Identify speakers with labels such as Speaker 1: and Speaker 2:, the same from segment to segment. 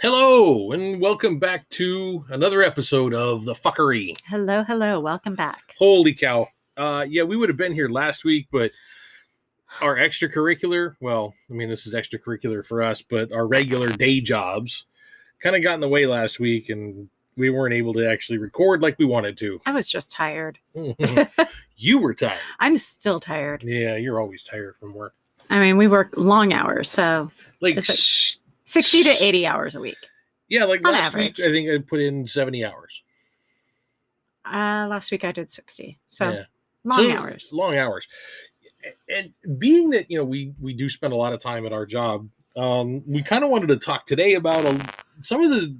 Speaker 1: Hello, and welcome back to another episode of The Fuckery.
Speaker 2: Hello, hello. Welcome back.
Speaker 1: Holy cow. Uh, yeah, we would have been here last week, but our extracurricular, well, I mean, this is extracurricular for us, but our regular day jobs kind of got in the way last week, and we weren't able to actually record like we wanted to.
Speaker 2: I was just tired.
Speaker 1: you were tired.
Speaker 2: I'm still tired.
Speaker 1: Yeah, you're always tired from work.
Speaker 2: I mean, we work long hours, so
Speaker 1: Like,
Speaker 2: It's like-
Speaker 1: s-
Speaker 2: 60 to 80 hours a week.
Speaker 1: yeah, like
Speaker 2: on
Speaker 1: last
Speaker 2: average.
Speaker 1: week, I think I put in 70 hours.
Speaker 2: Uh, last week I did 60. So
Speaker 1: Yeah.
Speaker 2: long
Speaker 1: So,
Speaker 2: hours.
Speaker 1: long hours and being that you know we we do spend a lot of time at our job um we kind of wanted to talk today about a, some of the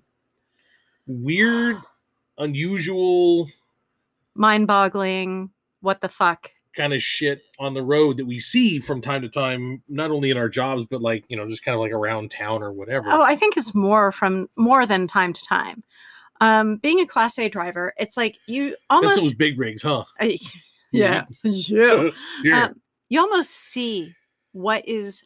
Speaker 1: weird unusual
Speaker 2: Mind boggling. What the fuck?
Speaker 1: kind of shit on the road that we see from time to time not only in our jobs but like you know just kind of like around town or whatever
Speaker 2: Oh, I think it's more from more than time to time. Um, being a class A driver, it's like you
Speaker 1: that's those
Speaker 2: almost, uh,
Speaker 1: big rigs huh Mm-hmm.
Speaker 2: yeah, you.
Speaker 1: yeah
Speaker 2: Um, you almost see what is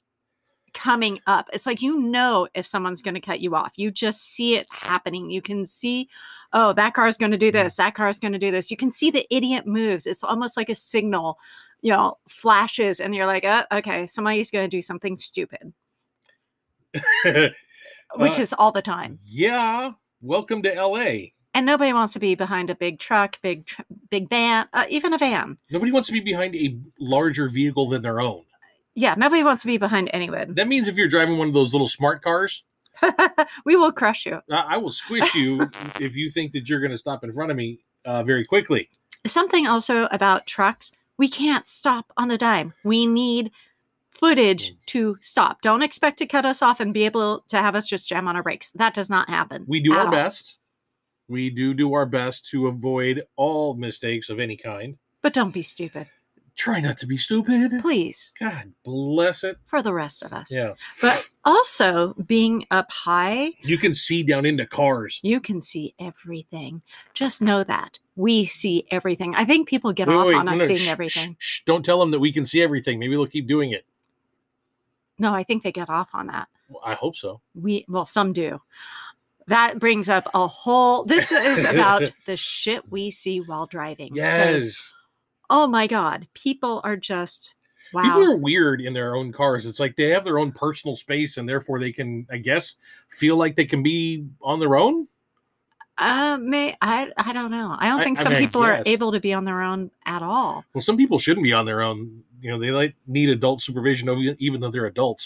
Speaker 2: coming up. It's like you know if someone's going to cut you off. You just see it happening. You can see, oh, that car's going to do this. That car's going to do this. You can see the idiot moves. It's almost like a signal, you know, flashes, and you're like, oh, okay, somebody's going to do something stupid, which
Speaker 1: Uh,
Speaker 2: is all the time.
Speaker 1: yeah welcome to la
Speaker 2: And nobody wants to be behind a big truck, big, tr- big van, uh, even a van.
Speaker 1: nobody wants to be behind a larger vehicle than their own
Speaker 2: Yeah, nobody wants to be behind anyone.
Speaker 1: That means if you're driving one of those little smart cars,
Speaker 2: we will crush you.
Speaker 1: I I will squish you if you think that you're going to stop in front of me uh, very quickly.
Speaker 2: something also about trucks we can't stop on a dime we need footage
Speaker 1: Mm.
Speaker 2: to stop don't expect to cut us off and be able to have us just jam on our brakes that does not happen
Speaker 1: We do
Speaker 2: at
Speaker 1: our
Speaker 2: all.
Speaker 1: best. We do do our best to avoid all mistakes of any kind.
Speaker 2: but don't be stupid
Speaker 1: Try not to be stupid.
Speaker 2: please
Speaker 1: God bless it.
Speaker 2: for the rest of us
Speaker 1: Yeah.
Speaker 2: but also being up high
Speaker 1: You can see down into cars.
Speaker 2: you can see everything just know that we see everything i think people get
Speaker 1: Wait,
Speaker 2: off
Speaker 1: wait,
Speaker 2: on
Speaker 1: no,
Speaker 2: us
Speaker 1: no, shh,
Speaker 2: seeing
Speaker 1: shh,
Speaker 2: everything
Speaker 1: shh. don't tell them that we can see everything. Maybe they'll keep doing it.
Speaker 2: no i think they get off on that
Speaker 1: Well, I hope so.
Speaker 2: we well some do that brings up a whole this is about the shit we see while driving 'cause,
Speaker 1: Yes.
Speaker 2: oh my god people are just wow
Speaker 1: People are weird in their own cars. It's like they have their own personal space, and therefore they can, I guess, feel like they can be on their own.
Speaker 2: uh may i i don't know i don't
Speaker 1: I-
Speaker 2: think
Speaker 1: I
Speaker 2: some
Speaker 1: mean, I
Speaker 2: people are
Speaker 1: guess.
Speaker 2: able to be on their own at all
Speaker 1: Well, some people shouldn't be on their own. You know, they like need adult supervision, of- even though they're adults.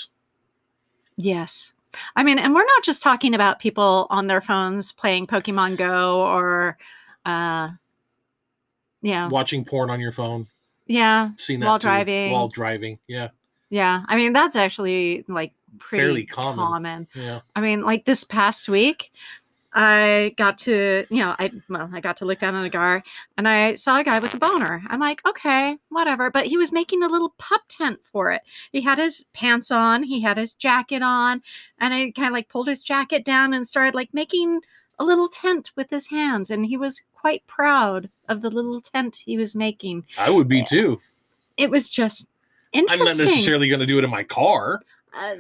Speaker 2: yes i mean and we're not just talking about people on their phones playing pokemon go or uh yeah
Speaker 1: Watching porn on your phone,
Speaker 2: yeah
Speaker 1: seen that
Speaker 2: While
Speaker 1: too.
Speaker 2: driving.
Speaker 1: While driving, yeah,
Speaker 2: yeah i mean that's actually like pretty
Speaker 1: Fairly common.
Speaker 2: common
Speaker 1: yeah.
Speaker 2: I mean, like this past week, I got to, you know, I well, I got to look down at a car and I saw a guy with a boner. I'm like, okay, whatever. But he was making a little pup tent for it. He had his pants on, he had his jacket on, and I kind of like pulled his jacket down and started like making a little tent with his hands. And he was quite proud of the little tent he was making.
Speaker 1: I would be too.
Speaker 2: It was just
Speaker 1: I'm
Speaker 2: interesting.
Speaker 1: not necessarily going to do it in my car,
Speaker 2: Uh,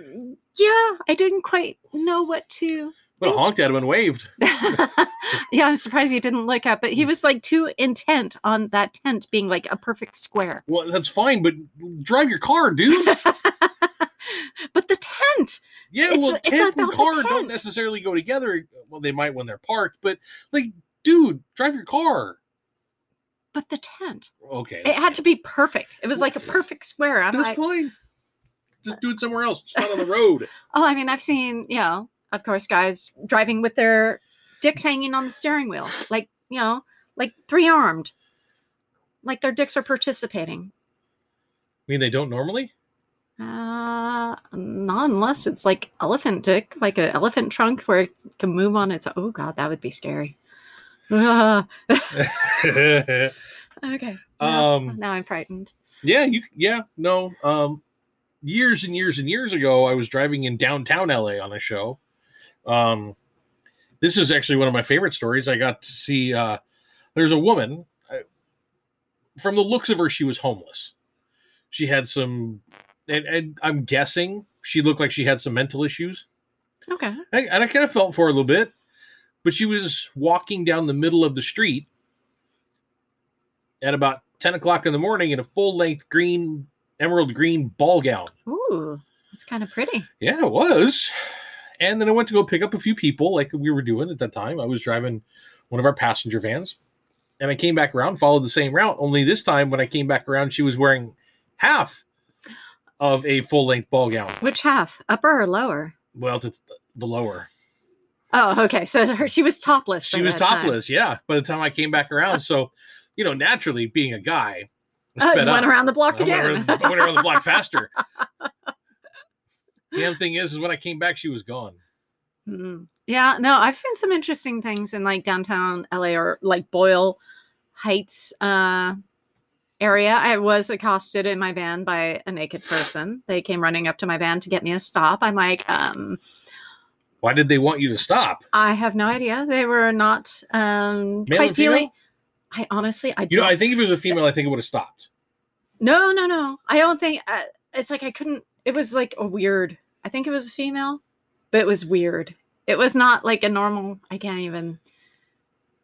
Speaker 2: yeah, I didn't quite know what to
Speaker 1: but I
Speaker 2: Think-
Speaker 1: honked at him and waved.
Speaker 2: yeah, I'm surprised he didn't look up, but he was like too intent on that tent being like a perfect square.
Speaker 1: Well, that's fine, but drive your car, dude.
Speaker 2: but the tent,
Speaker 1: Yeah,
Speaker 2: It's-
Speaker 1: well,
Speaker 2: it's
Speaker 1: tent
Speaker 2: about
Speaker 1: and
Speaker 2: the
Speaker 1: car don't
Speaker 2: tent.
Speaker 1: necessarily go together. Well, they might when they're parked, but like, dude, drive your car.
Speaker 2: but the tent,
Speaker 1: Okay,
Speaker 2: it had to be perfect. It was like a perfect square. I'm
Speaker 1: that's
Speaker 2: like,
Speaker 1: fine. Just do it somewhere else. It's not on the road.
Speaker 2: oh, I mean, I've seen, you know, of course, guys driving with their dicks hanging on the steering wheel, like, you know, like three armed, like their dicks are participating.
Speaker 1: I mean, they don't normally.
Speaker 2: Uh, not unless it's like elephant dick, like an elephant trunk where it can move on its. Oh god, that would be scary. Ah, okay. Now,
Speaker 1: um,
Speaker 2: now I'm frightened.
Speaker 1: yeah, you, yeah, no. Um, years and years and years ago, I was driving in downtown LA on a show. Um, this is actually one of my favorite stories. I got to see. Uh, there's a woman. I, from the looks of her, she was homeless. She had some, and, and I'm guessing she looked like she had some mental issues.
Speaker 2: Okay.
Speaker 1: I, and I kind of felt for her a little bit, but she was walking down the middle of the street at about 10 o'clock in the morning in a full length green, emerald green ball gown.
Speaker 2: Ooh, that's kind of pretty.
Speaker 1: Yeah, it was. And then I went to go pick up a few people like we were doing at that time. I was driving one of our passenger vans and I came back around, followed the same route. Only this time, when I came back around, she was wearing half of a full length ball gown.
Speaker 2: Which half, upper or lower?
Speaker 1: Well, the, the lower.
Speaker 2: Oh, okay. So her, she was topless. by
Speaker 1: She was
Speaker 2: that time.
Speaker 1: topless, yeah. By the time I came back around, so you know, naturally, being a guy, I
Speaker 2: Oh, you
Speaker 1: sped
Speaker 2: went
Speaker 1: up.
Speaker 2: around the block
Speaker 1: I went,
Speaker 2: again.
Speaker 1: around, I went around the block faster. Damn thing is, is when I came back, she was gone.
Speaker 2: Mm. Yeah, no, I've seen some interesting things in like downtown LA or like Boyle Heights uh, area. I was accosted in my van by a naked person. They came running up to my van to get me a stop. I'm like, um,
Speaker 1: Why did they want you to stop?
Speaker 2: I have no idea. They were not um,
Speaker 1: Male
Speaker 2: quite
Speaker 1: and female?
Speaker 2: dealing. I honestly, I
Speaker 1: You know,
Speaker 2: don't-
Speaker 1: I think if it was a female, I think it would have stopped.
Speaker 2: No, no, no. I don't think uh, it's like I couldn't. It was like a weird. I think it was a female, but it was weird. It was not like a normal. I can't even.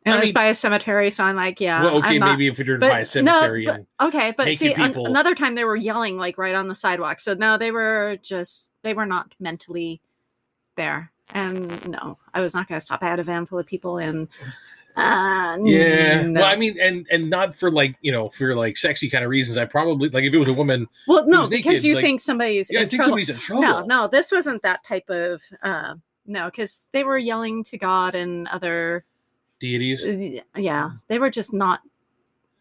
Speaker 2: And
Speaker 1: I
Speaker 2: it was
Speaker 1: mean-
Speaker 2: by a cemetery, so I'm like, yeah.
Speaker 1: well, okay,
Speaker 2: I'm not-
Speaker 1: maybe if you're
Speaker 2: but
Speaker 1: by a cemetery
Speaker 2: No,
Speaker 1: and
Speaker 2: but, okay, but
Speaker 1: naked
Speaker 2: see, an-
Speaker 1: people-
Speaker 2: another time they were yelling like right on the sidewalk. So no, they were just they were not mentally there. And no, I was not going to stop. I had a van full of people, and uh,
Speaker 1: Yeah.
Speaker 2: no.
Speaker 1: Well, I mean, and and not for like you know for like sexy kind of reasons. I probably like if it was a woman.
Speaker 2: well, no,
Speaker 1: was
Speaker 2: because
Speaker 1: naked,
Speaker 2: you
Speaker 1: like-
Speaker 2: think somebody's
Speaker 1: Yeah, I
Speaker 2: in
Speaker 1: think
Speaker 2: trouble.
Speaker 1: somebody's in trouble.
Speaker 2: No, no, this wasn't that type of. Uh, no, because they were yelling to God and other.
Speaker 1: Deities.
Speaker 2: Yeah, they were just not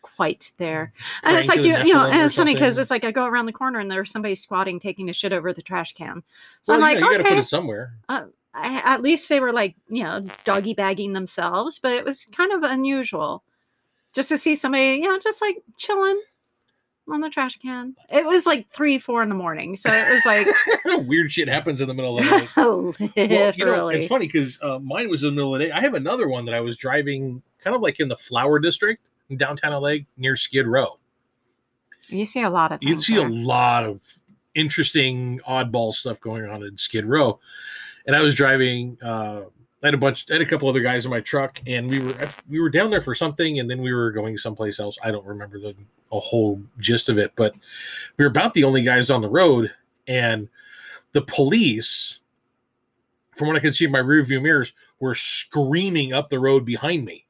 Speaker 2: quite there. And
Speaker 1: Praying
Speaker 2: it's
Speaker 1: to
Speaker 2: like
Speaker 1: the
Speaker 2: you, you know,
Speaker 1: Nephilim
Speaker 2: and
Speaker 1: or
Speaker 2: it's funny because
Speaker 1: something.
Speaker 2: it's like I go around the corner and there's somebody squatting, taking a shit over the trash can. So
Speaker 1: Well,
Speaker 2: I'm
Speaker 1: you,
Speaker 2: like,
Speaker 1: know, you gotta put
Speaker 2: okay.
Speaker 1: it somewhere.
Speaker 2: I, at least they were like, you know, doggy bagging themselves, but it was kind of unusual just to see somebody, you know, just like chilling on the trash can. It was like three, four in the morning. So it was like,
Speaker 1: Weird shit happens in the middle of the night.
Speaker 2: literally.
Speaker 1: Well, you know, it's funny because uh, mine was in the middle of the day. I have another one that I was driving kind of like in the Flower District in downtown LA near Skid Row.
Speaker 2: You see a lot of
Speaker 1: You'd
Speaker 2: things
Speaker 1: see a
Speaker 2: there.
Speaker 1: lot of interesting oddball stuff going on in Skid Row. And I was driving, uh, I had a bunch, I had a couple other guys in my truck and we were, we were down there for something and then we were going someplace else. I don't remember the a whole gist of it, but we were about the only guys on the road and the police, from what I could see in my rearview mirrors, were screaming up the road behind me.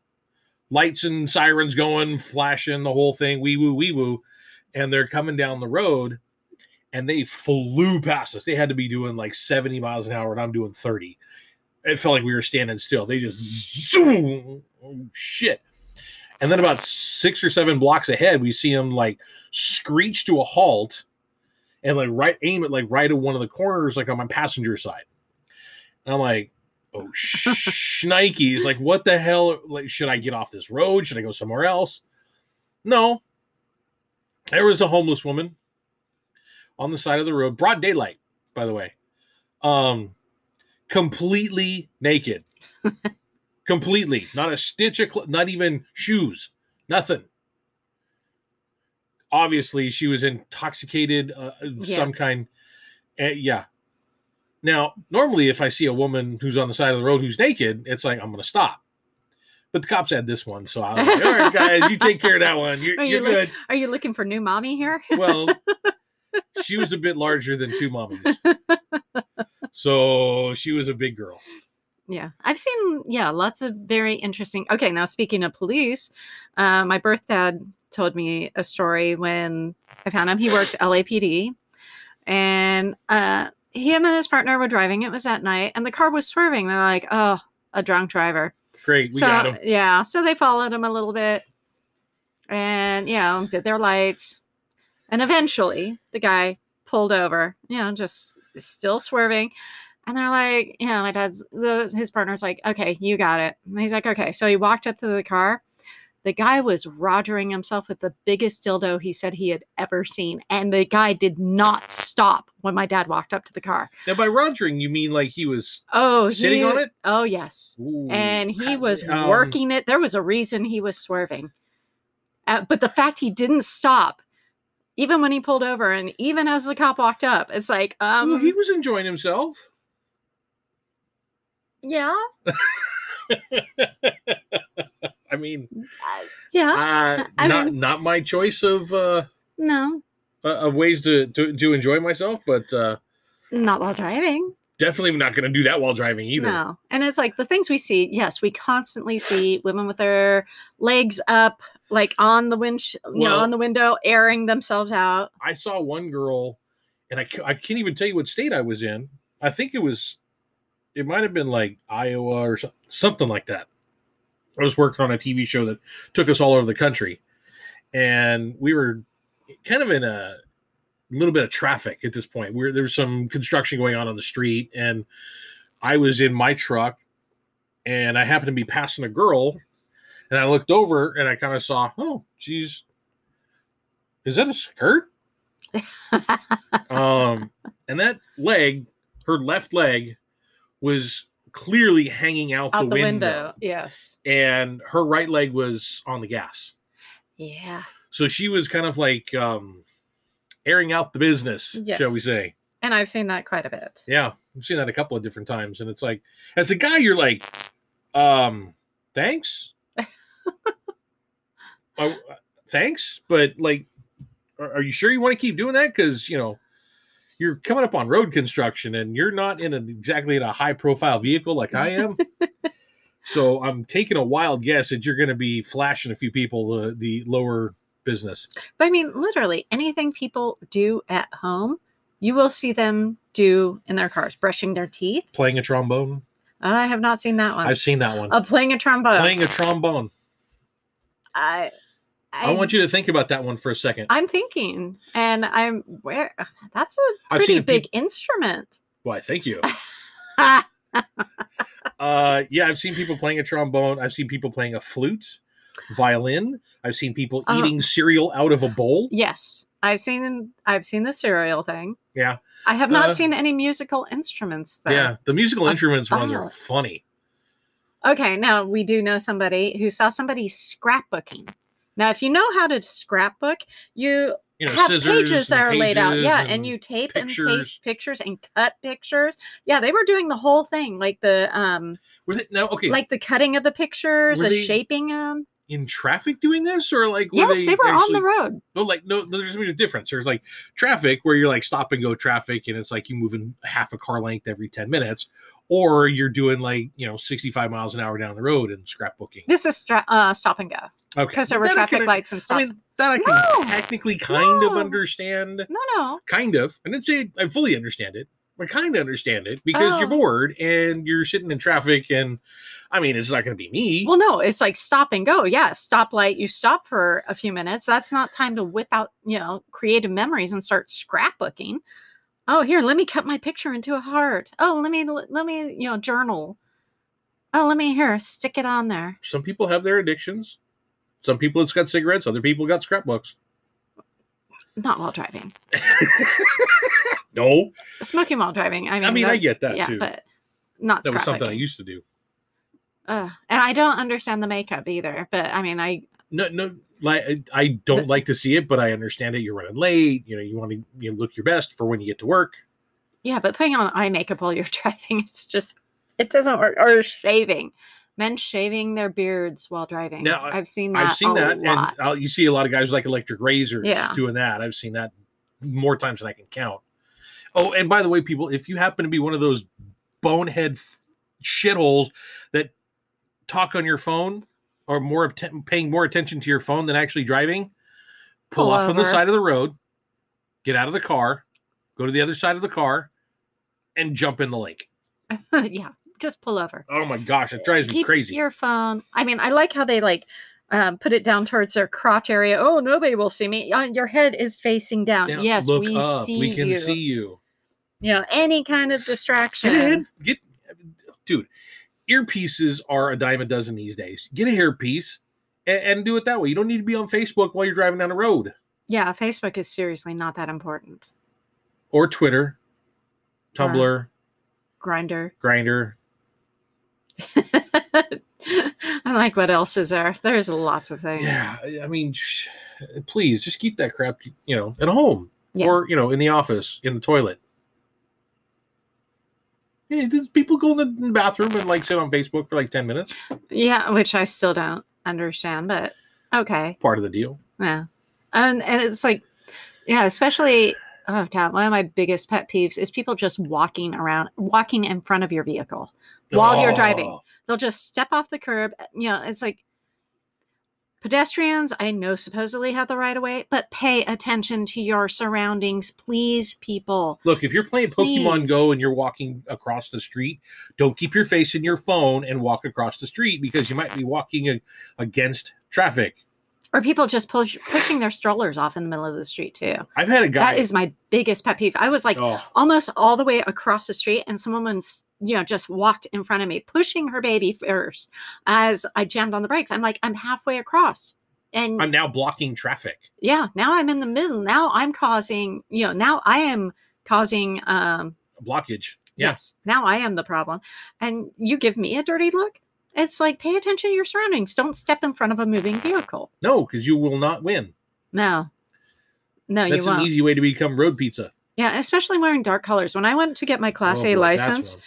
Speaker 1: Lights and sirens going, flashing the whole thing, wee woo, wee woo. And they're coming down the road and they flew past us. They had to be doing like 70 miles an hour, and I'm doing 30. It felt like we were standing still. They just zoom. Oh, shit. And then about six or seven blocks ahead, we see them like screech to a halt and like right aim at like right at one of the corners, like on my passenger side. And I'm like, oh shnikes, like what the hell? Like, should I get off this road? Should I go somewhere else? No. There was a homeless woman on the side of the road, broad daylight, by the way. Um, completely naked. completely. Not a stitch of cl- not even shoes. Nothing. Obviously, she was intoxicated uh, of
Speaker 2: Yeah.
Speaker 1: some kind. Uh, yeah. Now, normally if I see a woman who's on the side of the road who's naked, it's like I'm going to stop. But the cops had this one, so I was like, "All right, guys, you take care of that one. You're,
Speaker 2: Oh,
Speaker 1: you're
Speaker 2: you're
Speaker 1: good."
Speaker 2: like- Are you looking for new mommy here?
Speaker 1: Well, she was a bit larger than two mommies. So she was a big girl.
Speaker 2: Yeah, I've seen yeah lots of very interesting. Okay, now speaking of police, uh, my birth dad told me a story when I found him. He worked LAPD, and uh, him and his partner were driving. It was at night, and the car was swerving. They're like, "Oh, a drunk driver."
Speaker 1: Great, we
Speaker 2: so
Speaker 1: got him.
Speaker 2: yeah, so they followed him a little bit, and you know did their lights, and eventually the guy pulled over. You know, just still swerving, and they're like, you know, my dad's the his partner's like, okay, you got it. And he's like, okay. So he walked up to the car. The guy was rogering himself with the biggest dildo he said he had ever seen, and the guy did not stop when my dad walked up to the car.
Speaker 1: Now, by rogering, you mean like he was
Speaker 2: Oh,
Speaker 1: sitting
Speaker 2: he-
Speaker 1: on it?
Speaker 2: Oh yes
Speaker 1: Ooh,
Speaker 2: and he
Speaker 1: how-
Speaker 2: was
Speaker 1: um,
Speaker 2: working it. There was a reason he was swerving. Uh, but the fact he didn't stop, even when he pulled over, and even as the cop walked up, it's like,
Speaker 1: well,
Speaker 2: um,
Speaker 1: he was enjoying himself.
Speaker 2: Yeah.
Speaker 1: I mean,
Speaker 2: uh, Yeah.
Speaker 1: uh,
Speaker 2: I
Speaker 1: not
Speaker 2: mean-
Speaker 1: not my choice of uh,
Speaker 2: No,
Speaker 1: uh, of ways to, to to enjoy myself, but uh,
Speaker 2: not while driving.
Speaker 1: definitely not going to do that while driving either.
Speaker 2: No. And it's like the things we see, yes, we constantly see women with their legs up, like on the winch, you know,
Speaker 1: Well-
Speaker 2: on the window, airing themselves out.
Speaker 1: I saw one girl, and I, ca- I can't even tell you what state I was in. I think it was, it might have been like Iowa or so- something like that. I was working on a TV show that took us all over the country, and we were kind of in a little bit of traffic at this point. Where there was some construction going on on the street, and I was in my truck, and I happened to be passing a girl, and I looked over and I kind of saw, oh, she's, is that a skirt? um, and that leg, her left leg, was clearly hanging out, the,
Speaker 2: out
Speaker 1: window,
Speaker 2: Yes.
Speaker 1: and her right leg was on the gas.
Speaker 2: Yeah.
Speaker 1: So she was kind of like um, airing out the business, shall we
Speaker 2: Yes.
Speaker 1: say?
Speaker 2: And I've seen that quite a bit.
Speaker 1: Yeah, I've seen that a couple of different times, and it's like, as a guy, you're like, um, thanks, Uh, thanks, but like, are, are you sure you want to keep doing that? Because you know, you're coming up on road construction, and you're not in an exactly in a high profile vehicle like I am. so I'm taking a wild guess that you're going to be flashing a few people the the lower business.
Speaker 2: But I mean, literally anything people do at home, you will see them do in their cars, brushing their teeth.
Speaker 1: Playing a trombone,
Speaker 2: I have not seen that one.
Speaker 1: I've seen that one.
Speaker 2: uh, playing a trombone.
Speaker 1: Playing a trombone.
Speaker 2: I,
Speaker 1: I want you to think about that one for a second.
Speaker 2: I'm thinking, and I'm where. That's a
Speaker 1: I've
Speaker 2: pretty
Speaker 1: seen peop-
Speaker 2: big instrument.
Speaker 1: Why, thank you.
Speaker 2: Ah,
Speaker 1: Uh, yeah, I've seen people playing a trombone. I've seen people playing a flute, violin. I've seen people
Speaker 2: Oh.
Speaker 1: eating cereal out of a bowl.
Speaker 2: yes, I've seen them. I've seen the cereal thing.
Speaker 1: Yeah.
Speaker 2: I have not
Speaker 1: Uh,
Speaker 2: seen any musical instruments though.
Speaker 1: Yeah, the musical
Speaker 2: Uh,
Speaker 1: instruments ones
Speaker 2: oh.
Speaker 1: are funny.
Speaker 2: Okay, now we do know somebody who saw somebody scrapbooking. Now, if you know how to scrapbook, you
Speaker 1: You know,
Speaker 2: have
Speaker 1: scissors
Speaker 2: pages
Speaker 1: and
Speaker 2: that are laid out.
Speaker 1: pages
Speaker 2: Yeah, and, you tape and
Speaker 1: pictures.
Speaker 2: paste pictures and cut pictures. Yeah, they were doing the whole thing, like the um,
Speaker 1: were they, now okay
Speaker 2: like the cutting of the pictures,
Speaker 1: Were
Speaker 2: the
Speaker 1: they-
Speaker 2: shaping them.
Speaker 1: in traffic doing this or like were
Speaker 2: Yes, they, were on the
Speaker 1: actually-
Speaker 2: road.
Speaker 1: No, like no, there's a difference. There's like traffic where you're like stop and go traffic, and it's like you moving half a car length every ten minutes, or you're doing like you know 65 miles an hour down the road and scrapbooking.
Speaker 2: This is stra- uh, stop and go
Speaker 1: Okay,
Speaker 2: because there were
Speaker 1: That I
Speaker 2: traffic
Speaker 1: can-
Speaker 2: lights and
Speaker 1: I
Speaker 2: stuff.
Speaker 1: mean, that I can
Speaker 2: No.
Speaker 1: technically kind of
Speaker 2: No.
Speaker 1: understand.
Speaker 2: no, no,
Speaker 1: Kind of. I didn't say I fully understand it. I kind of understand it because you're
Speaker 2: Oh.
Speaker 1: bored and you're sitting in traffic. And I mean, it's not going to be me.
Speaker 2: Well, no, it's like stop and go. Yeah, stoplight. You stop for a few minutes. That's not time to whip out, you know, creative memories and start scrapbooking. Oh, here, let me cut my picture into a heart. Oh, let me, let me, you know, journal. Oh, let me here, stick it on there.
Speaker 1: Some people have their addictions. Some people it's got cigarettes. Other people got scrapbooks.
Speaker 2: Not while driving.
Speaker 1: No,
Speaker 2: Smoking while driving. I
Speaker 1: I
Speaker 2: mean,
Speaker 1: mean, I,
Speaker 2: that-
Speaker 1: get that
Speaker 2: yeah,
Speaker 1: too.
Speaker 2: but not
Speaker 1: that was something I
Speaker 2: scrapbooking.
Speaker 1: used to do.
Speaker 2: Ugh. And I don't understand the makeup either. But I mean, I
Speaker 1: No, no, like I- I don't like to see it, but I understand it. You're running late. You know, you want to you know, look your best for when you get to work.
Speaker 2: Yeah, but putting on eye makeup while you're driving, it's just it doesn't work. Or shaving. Men shaving their beards while driving.
Speaker 1: Now, I-
Speaker 2: I've seen that.
Speaker 1: I've seen
Speaker 2: a
Speaker 1: that,
Speaker 2: lot.
Speaker 1: and uh, you see a lot of guys with, like electric razors
Speaker 2: Yeah.
Speaker 1: doing that. I've seen that more times than I can count. Oh, and by the way, people, if you happen to be one of those bonehead f- shitholes that talk on your phone or more atten- paying more attention to your phone than actually driving, pull,
Speaker 2: Pull
Speaker 1: off on the
Speaker 2: over.
Speaker 1: side of the road, get out of the car, go to the other side of the car, and jump in the lake.
Speaker 2: yeah, just pull over.
Speaker 1: Oh my gosh, it drives me
Speaker 2: Keep
Speaker 1: crazy.
Speaker 2: your phone. I mean, I like how they like um, put it down towards their crotch area. Oh, nobody will see me. Uh, your head is facing down.
Speaker 1: Now,
Speaker 2: yes,
Speaker 1: look
Speaker 2: we
Speaker 1: up.
Speaker 2: see
Speaker 1: we can
Speaker 2: you.
Speaker 1: see you.
Speaker 2: You know, any kind of distraction.
Speaker 1: Get a head, get, dude. Earpieces are a dime a dozen these days. Get a earpiece and, and do it that way. You don't need to be on Facebook while you're driving down the road
Speaker 2: Yeah, Facebook is seriously not that important.
Speaker 1: or Twitter,
Speaker 2: Or-
Speaker 1: Tumblr,
Speaker 2: Grinder.
Speaker 1: Grinder.
Speaker 2: I'm like, what else is there? There's lots of things.
Speaker 1: Yeah, I- I mean, sh- please just keep that crap, you know, at home
Speaker 2: Yeah.
Speaker 1: or you know, in the office, in the toilet. Hey, does people go in the bathroom and like sit on Facebook for like 10 minutes?
Speaker 2: Yeah, which I still don't understand, but okay.
Speaker 1: Part of the deal.
Speaker 2: Yeah. And and it's like yeah, especially oh god, one of my biggest pet peeves is people just walking around walking in front of your vehicle while you're driving.
Speaker 1: Oh,
Speaker 2: They'll just step off the curb. You know, it's like pedestrians I know supposedly have the right of way, but pay attention to your surroundings, please people.
Speaker 1: Look, if you're playing Pokemon
Speaker 2: Please.
Speaker 1: Go and you're walking across the street, don't keep your face in your phone and walk across the street because you might be walking a- against traffic.
Speaker 2: Or people just push, pushing their strollers off in the middle of the street too.
Speaker 1: I've had a guy.
Speaker 2: That is my biggest pet peeve. I was like
Speaker 1: oh,
Speaker 2: almost all the way across the street, and some woman's, you know, just walked in front of me, pushing her baby first as I jammed on the brakes. I'm like, I'm halfway across. And
Speaker 1: I'm now blocking traffic.
Speaker 2: yeah, now I'm in the middle. Now I'm causing, you know, now I am causing, um,
Speaker 1: Blockage. Yeah.
Speaker 2: yes, now I am the problem. And you give me a dirty look. It's like, pay attention to your surroundings. Don't step in front of a moving vehicle.
Speaker 1: No, because you will not win.
Speaker 2: No, no,
Speaker 1: That's
Speaker 2: you
Speaker 1: an
Speaker 2: won't.
Speaker 1: easy way to become road pizza.
Speaker 2: yeah, especially wearing dark colors. When I went to get my Class
Speaker 1: Oh,
Speaker 2: A
Speaker 1: boy, that's
Speaker 2: license,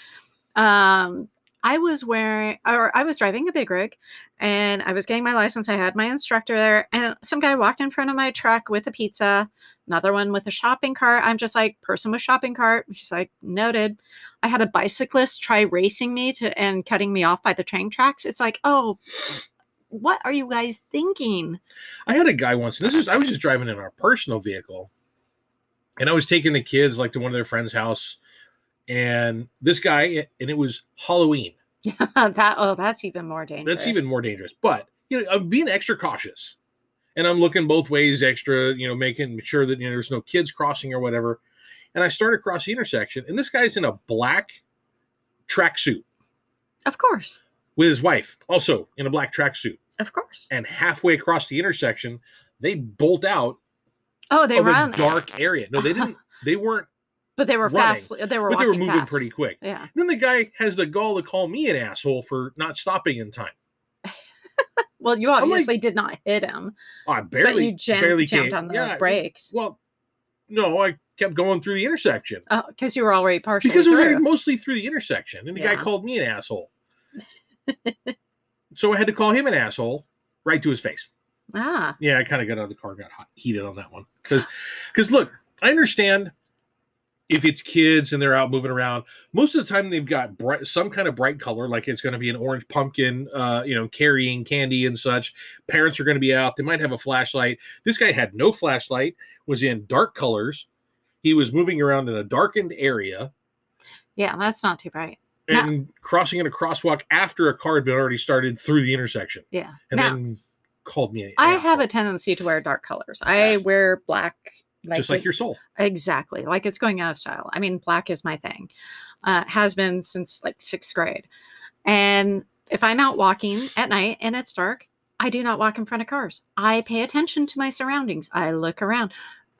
Speaker 1: wrong.
Speaker 2: um i was wearing or i was driving a big rig and i was getting my license i had my instructor there and some guy walked in front of my truck with a pizza another one with a shopping cart i'm just like person with shopping cart she's like noted i had a bicyclist try racing me to and cutting me off by the train tracks it's like oh what are you guys thinking
Speaker 1: I had a guy once, and this is I was just driving in our personal vehicle, and I was taking the kids like to one of their friends' house, and this guy, and it was Halloween.
Speaker 2: that oh that's even more dangerous
Speaker 1: That's even more dangerous. But you know, I'm being extra cautious, and I'm looking both ways, extra, you know, making sure that you know there's no kids crossing or whatever. And I start across the intersection, and this guy's in a black tracksuit
Speaker 2: of course
Speaker 1: with his wife, also in a black tracksuit,
Speaker 2: of course
Speaker 1: and halfway across the intersection, they bolt out
Speaker 2: oh they
Speaker 1: of
Speaker 2: ran
Speaker 1: a dark area. No, they didn't. They weren't,
Speaker 2: but they were
Speaker 1: running,
Speaker 2: fast they were
Speaker 1: but they were
Speaker 2: walking
Speaker 1: moving
Speaker 2: fast.
Speaker 1: pretty quick.
Speaker 2: yeah
Speaker 1: Then the guy has the gall to call me an asshole for not stopping in time.
Speaker 2: Well, you
Speaker 1: like-
Speaker 2: obviously did not hit him,
Speaker 1: I barely,
Speaker 2: but you jam-
Speaker 1: barely
Speaker 2: jammed
Speaker 1: came.
Speaker 2: on the
Speaker 1: Yeah,
Speaker 2: brakes.
Speaker 1: Well, no, I kept going through the intersection
Speaker 2: Oh, because you were already partially
Speaker 1: because it was
Speaker 2: through.
Speaker 1: like mostly through the intersection, and the guy
Speaker 2: Yeah.
Speaker 1: called me an asshole. so I had to call him an asshole right to his face.
Speaker 2: ah,
Speaker 1: Yeah, I kind of got out of the car, got hot, heated on that one because, because look, I understand if it's kids and they're out moving around. Most of the time, they've got bright, some kind of bright color, like it's going to be an orange pumpkin, uh, you know, carrying candy and such. Parents are going to be out. They might have a flashlight. This guy had no flashlight. Was in dark colors. He was moving around in a darkened area
Speaker 2: yeah, that's not too bright. Now-
Speaker 1: and crossing in a crosswalk after a car had been already started through the intersection,
Speaker 2: Yeah.
Speaker 1: and
Speaker 2: now,
Speaker 1: then called me. an
Speaker 2: I have
Speaker 1: asshole,
Speaker 2: a tendency to wear dark colors. I wear black.
Speaker 1: just like
Speaker 2: it's-
Speaker 1: your soul.
Speaker 2: Exactly. Like it's going out of style. I mean, black is my thing. Uh, has been since like sixth grade. And if I'm out walking at night and it's dark, I do not walk in front of cars. I pay attention to my surroundings. I look around.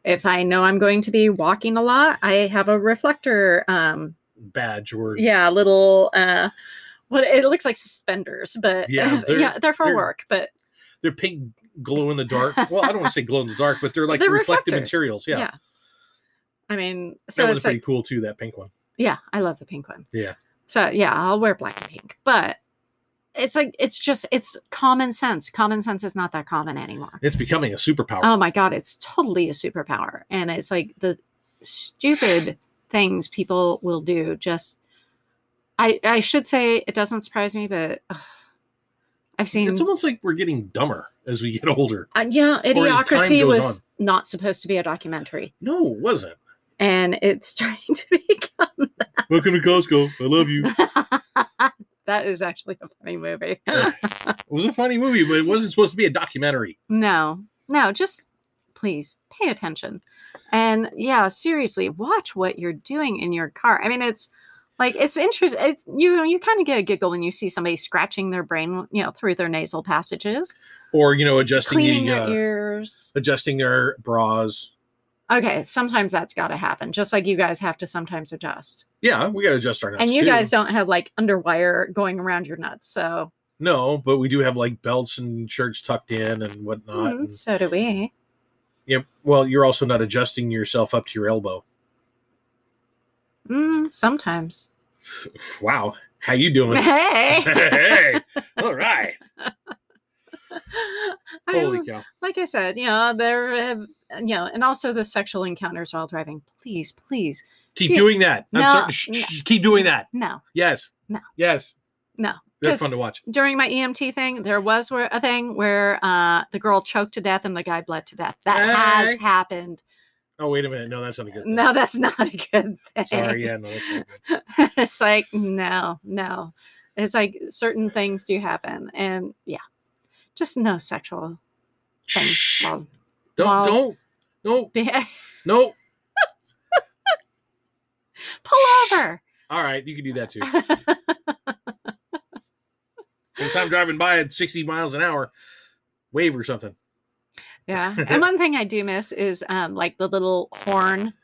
Speaker 2: If I know I'm going to be walking a lot, I have a reflector. Um,
Speaker 1: badge or
Speaker 2: yeah, little. Uh, what it looks like suspenders, but
Speaker 1: Yeah, they're-
Speaker 2: yeah, they're for
Speaker 1: they're-
Speaker 2: work. But
Speaker 1: they're pink glow in the dark. Well, I don't want to say glow in the dark, but they're like
Speaker 2: They're
Speaker 1: reflective
Speaker 2: reflectors.
Speaker 1: materials. Yeah.
Speaker 2: I mean, so
Speaker 1: that
Speaker 2: it's
Speaker 1: one's
Speaker 2: like
Speaker 1: pretty cool too, that pink one.
Speaker 2: Yeah, I love the pink one.
Speaker 1: Yeah.
Speaker 2: So yeah, I'll wear black and pink, but it's like it's just it's common sense. Common sense is not that common anymore.
Speaker 1: It's becoming a superpower.
Speaker 2: Oh my god, it's totally a superpower, and it's like the stupid things people will do. Just I I should say it doesn't surprise me, but ugh, I've seen
Speaker 1: it's almost like we're getting dumber as we get older.
Speaker 2: uh, yeah,
Speaker 1: as time
Speaker 2: idiocracy
Speaker 1: goes
Speaker 2: was
Speaker 1: on.
Speaker 2: not supposed to be a documentary,
Speaker 1: No, it wasn't.
Speaker 2: and it's starting to become
Speaker 1: Welcome to Costco. I love you.
Speaker 2: that is actually a funny movie.
Speaker 1: Yeah. It was a funny movie, but it wasn't supposed to be a documentary.
Speaker 2: No, no, just please pay attention. And yeah, seriously, watch what you're doing in your car. I mean, it's like it's interesting. It's you you kind of get a giggle when you see somebody scratching their brain, you know, through their nasal passages,
Speaker 1: Or, you know, adjusting
Speaker 2: cleaning
Speaker 1: the, uh,
Speaker 2: their ears.
Speaker 1: adjusting their bras.
Speaker 2: Okay, sometimes that's got to happen. Just like you guys have to sometimes adjust,
Speaker 1: Yeah, we gotta adjust our nuts.
Speaker 2: and you
Speaker 1: too.
Speaker 2: guys don't have like underwire going around your nuts, so
Speaker 1: No, but we do have like belts and shirts tucked in and whatnot.
Speaker 2: Mm,
Speaker 1: and-
Speaker 2: so do we.
Speaker 1: yep. Well, you're also not adjusting yourself up to your elbow.
Speaker 2: Mm, sometimes
Speaker 1: Wow, how you doing?
Speaker 2: Hey.
Speaker 1: hey, all right.
Speaker 2: I mean,
Speaker 1: Holy cow!
Speaker 2: like I said, you know, there have, uh, you know, and also the sexual encounters while driving. Please, please,
Speaker 1: Keep
Speaker 2: yeah.
Speaker 1: doing that. I'm
Speaker 2: No,
Speaker 1: sorry. Shh, shh, keep doing that.
Speaker 2: no,
Speaker 1: Yes.
Speaker 2: No.
Speaker 1: Yes.
Speaker 2: no.
Speaker 1: They're
Speaker 2: 'Cause
Speaker 1: fun to watch.
Speaker 2: during my EMT thing, there was where- a thing where uh, the girl choked to death and the guy bled to death. That has
Speaker 1: Hey.
Speaker 2: happened.
Speaker 1: Oh wait a minute. No, that's not a good. Thing.
Speaker 2: No, that's not a good thing.
Speaker 1: Sorry. Yeah. No, that's not good.
Speaker 2: it's like no, no. It's like certain things do happen, and yeah, just no sexual things.
Speaker 1: Shh.
Speaker 2: Well,
Speaker 1: Don't.
Speaker 2: well-
Speaker 1: Don't. No.
Speaker 2: be-
Speaker 1: No.
Speaker 2: pull over.
Speaker 1: All right. You can do that too. Because I'm driving by at 60 miles an hour, wave or something.
Speaker 2: yeah, and one thing I do miss is um like the little horn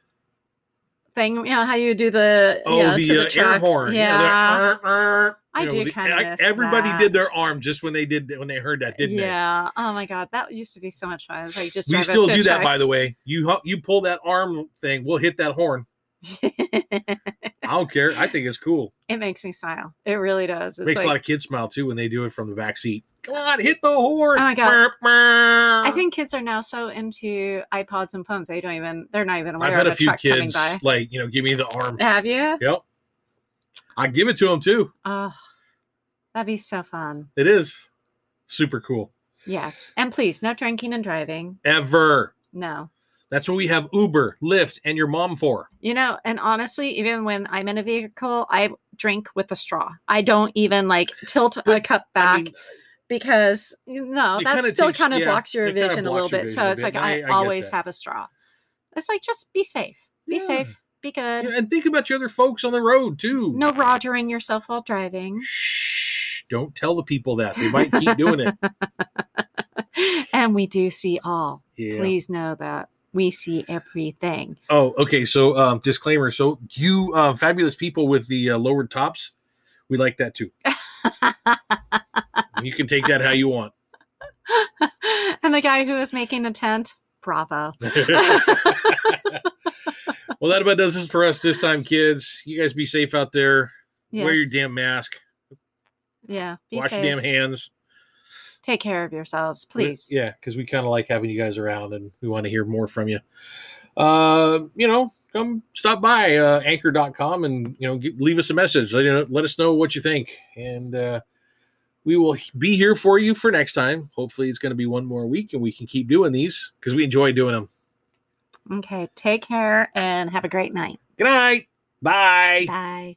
Speaker 2: thing. You know how you do the
Speaker 1: Oh,
Speaker 2: you know,
Speaker 1: the,
Speaker 2: to the
Speaker 1: uh, air
Speaker 2: trucks.
Speaker 1: horn.
Speaker 2: Yeah.
Speaker 1: the arr, arr,
Speaker 2: I
Speaker 1: you know,
Speaker 2: do
Speaker 1: the-
Speaker 2: kinda
Speaker 1: I-
Speaker 2: miss
Speaker 1: Everybody
Speaker 2: that.
Speaker 1: did their arm just when they did when they heard that, didn't they?
Speaker 2: yeah. Oh my god, that used to be so much fun. It's like just
Speaker 1: We
Speaker 2: drive up
Speaker 1: still
Speaker 2: to a
Speaker 1: do that,
Speaker 2: truck.
Speaker 1: by the way. You hu- you pull that arm thing, we'll hit that horn. I don't care. I think it's cool.
Speaker 2: it makes me smile. It really does. It's
Speaker 1: Makes
Speaker 2: like,
Speaker 1: a lot of kids smile too when they do it from the back seat. Come on, hit the horn.
Speaker 2: Oh my God.
Speaker 1: I
Speaker 2: I think kids are now so into iPods and phones. They don't even. They're not even aware
Speaker 1: I've had
Speaker 2: of
Speaker 1: a few
Speaker 2: truck coming
Speaker 1: kids
Speaker 2: by.
Speaker 1: like you know, give me the arm.
Speaker 2: Have you?
Speaker 1: Yep, I give it to them too.
Speaker 2: Oh, that'd be so fun.
Speaker 1: It is super cool.
Speaker 2: Yes, and please, no drinking and driving.
Speaker 1: Ever.
Speaker 2: No,
Speaker 1: That's what we have Uber, Lyft, and your mom for.
Speaker 2: you know. And honestly, even when I'm in a vehicle, I drink with a straw. I don't even like tilt a
Speaker 1: But,
Speaker 2: cup back.
Speaker 1: I mean,
Speaker 2: because you no,
Speaker 1: It
Speaker 2: that
Speaker 1: kinda
Speaker 2: still
Speaker 1: takes-
Speaker 2: kind of
Speaker 1: yeah,
Speaker 2: blocks your
Speaker 1: it kinda
Speaker 2: vision a little
Speaker 1: blocks your
Speaker 2: bit.
Speaker 1: vision
Speaker 2: So
Speaker 1: a
Speaker 2: it's
Speaker 1: bit,
Speaker 2: like
Speaker 1: and I- I
Speaker 2: I,
Speaker 1: get
Speaker 2: always
Speaker 1: that.
Speaker 2: have a straw. It's like just be safe, be
Speaker 1: Yeah.
Speaker 2: safe, be good.
Speaker 1: and think about your other folks on the road too.
Speaker 2: No rogering yourself while driving,
Speaker 1: Shh. Don't tell the people that. They might keep doing it.
Speaker 2: and we do see all.
Speaker 1: Yeah.
Speaker 2: Please know that we see everything.
Speaker 1: Oh, okay. So, um, disclaimer. So, you uh, fabulous people with the uh, lowered tops, we like that too. you can take that how you want.
Speaker 2: and the guy who was making a tent, bravo.
Speaker 1: well, that about does it for us this time, kids. You guys be safe out there. Wear your
Speaker 2: Yes.
Speaker 1: damn mask.
Speaker 2: yeah. Be
Speaker 1: wash
Speaker 2: safe.
Speaker 1: your damn hands.
Speaker 2: Take care of yourselves,
Speaker 1: We-
Speaker 2: please.
Speaker 1: yeah, because we kind of like having you guys around, and we want to hear more from you. Uh, you know, come stop by uh, anchor.com and you know g leave us a message. Let, let us know what you think, and uh, we will h- be here for you for next time. Hopefully, it's going to be one more week, and we can keep doing these because we enjoy doing them.
Speaker 2: Okay. Take care and have a great night.
Speaker 1: Good night. Bye.
Speaker 2: Bye.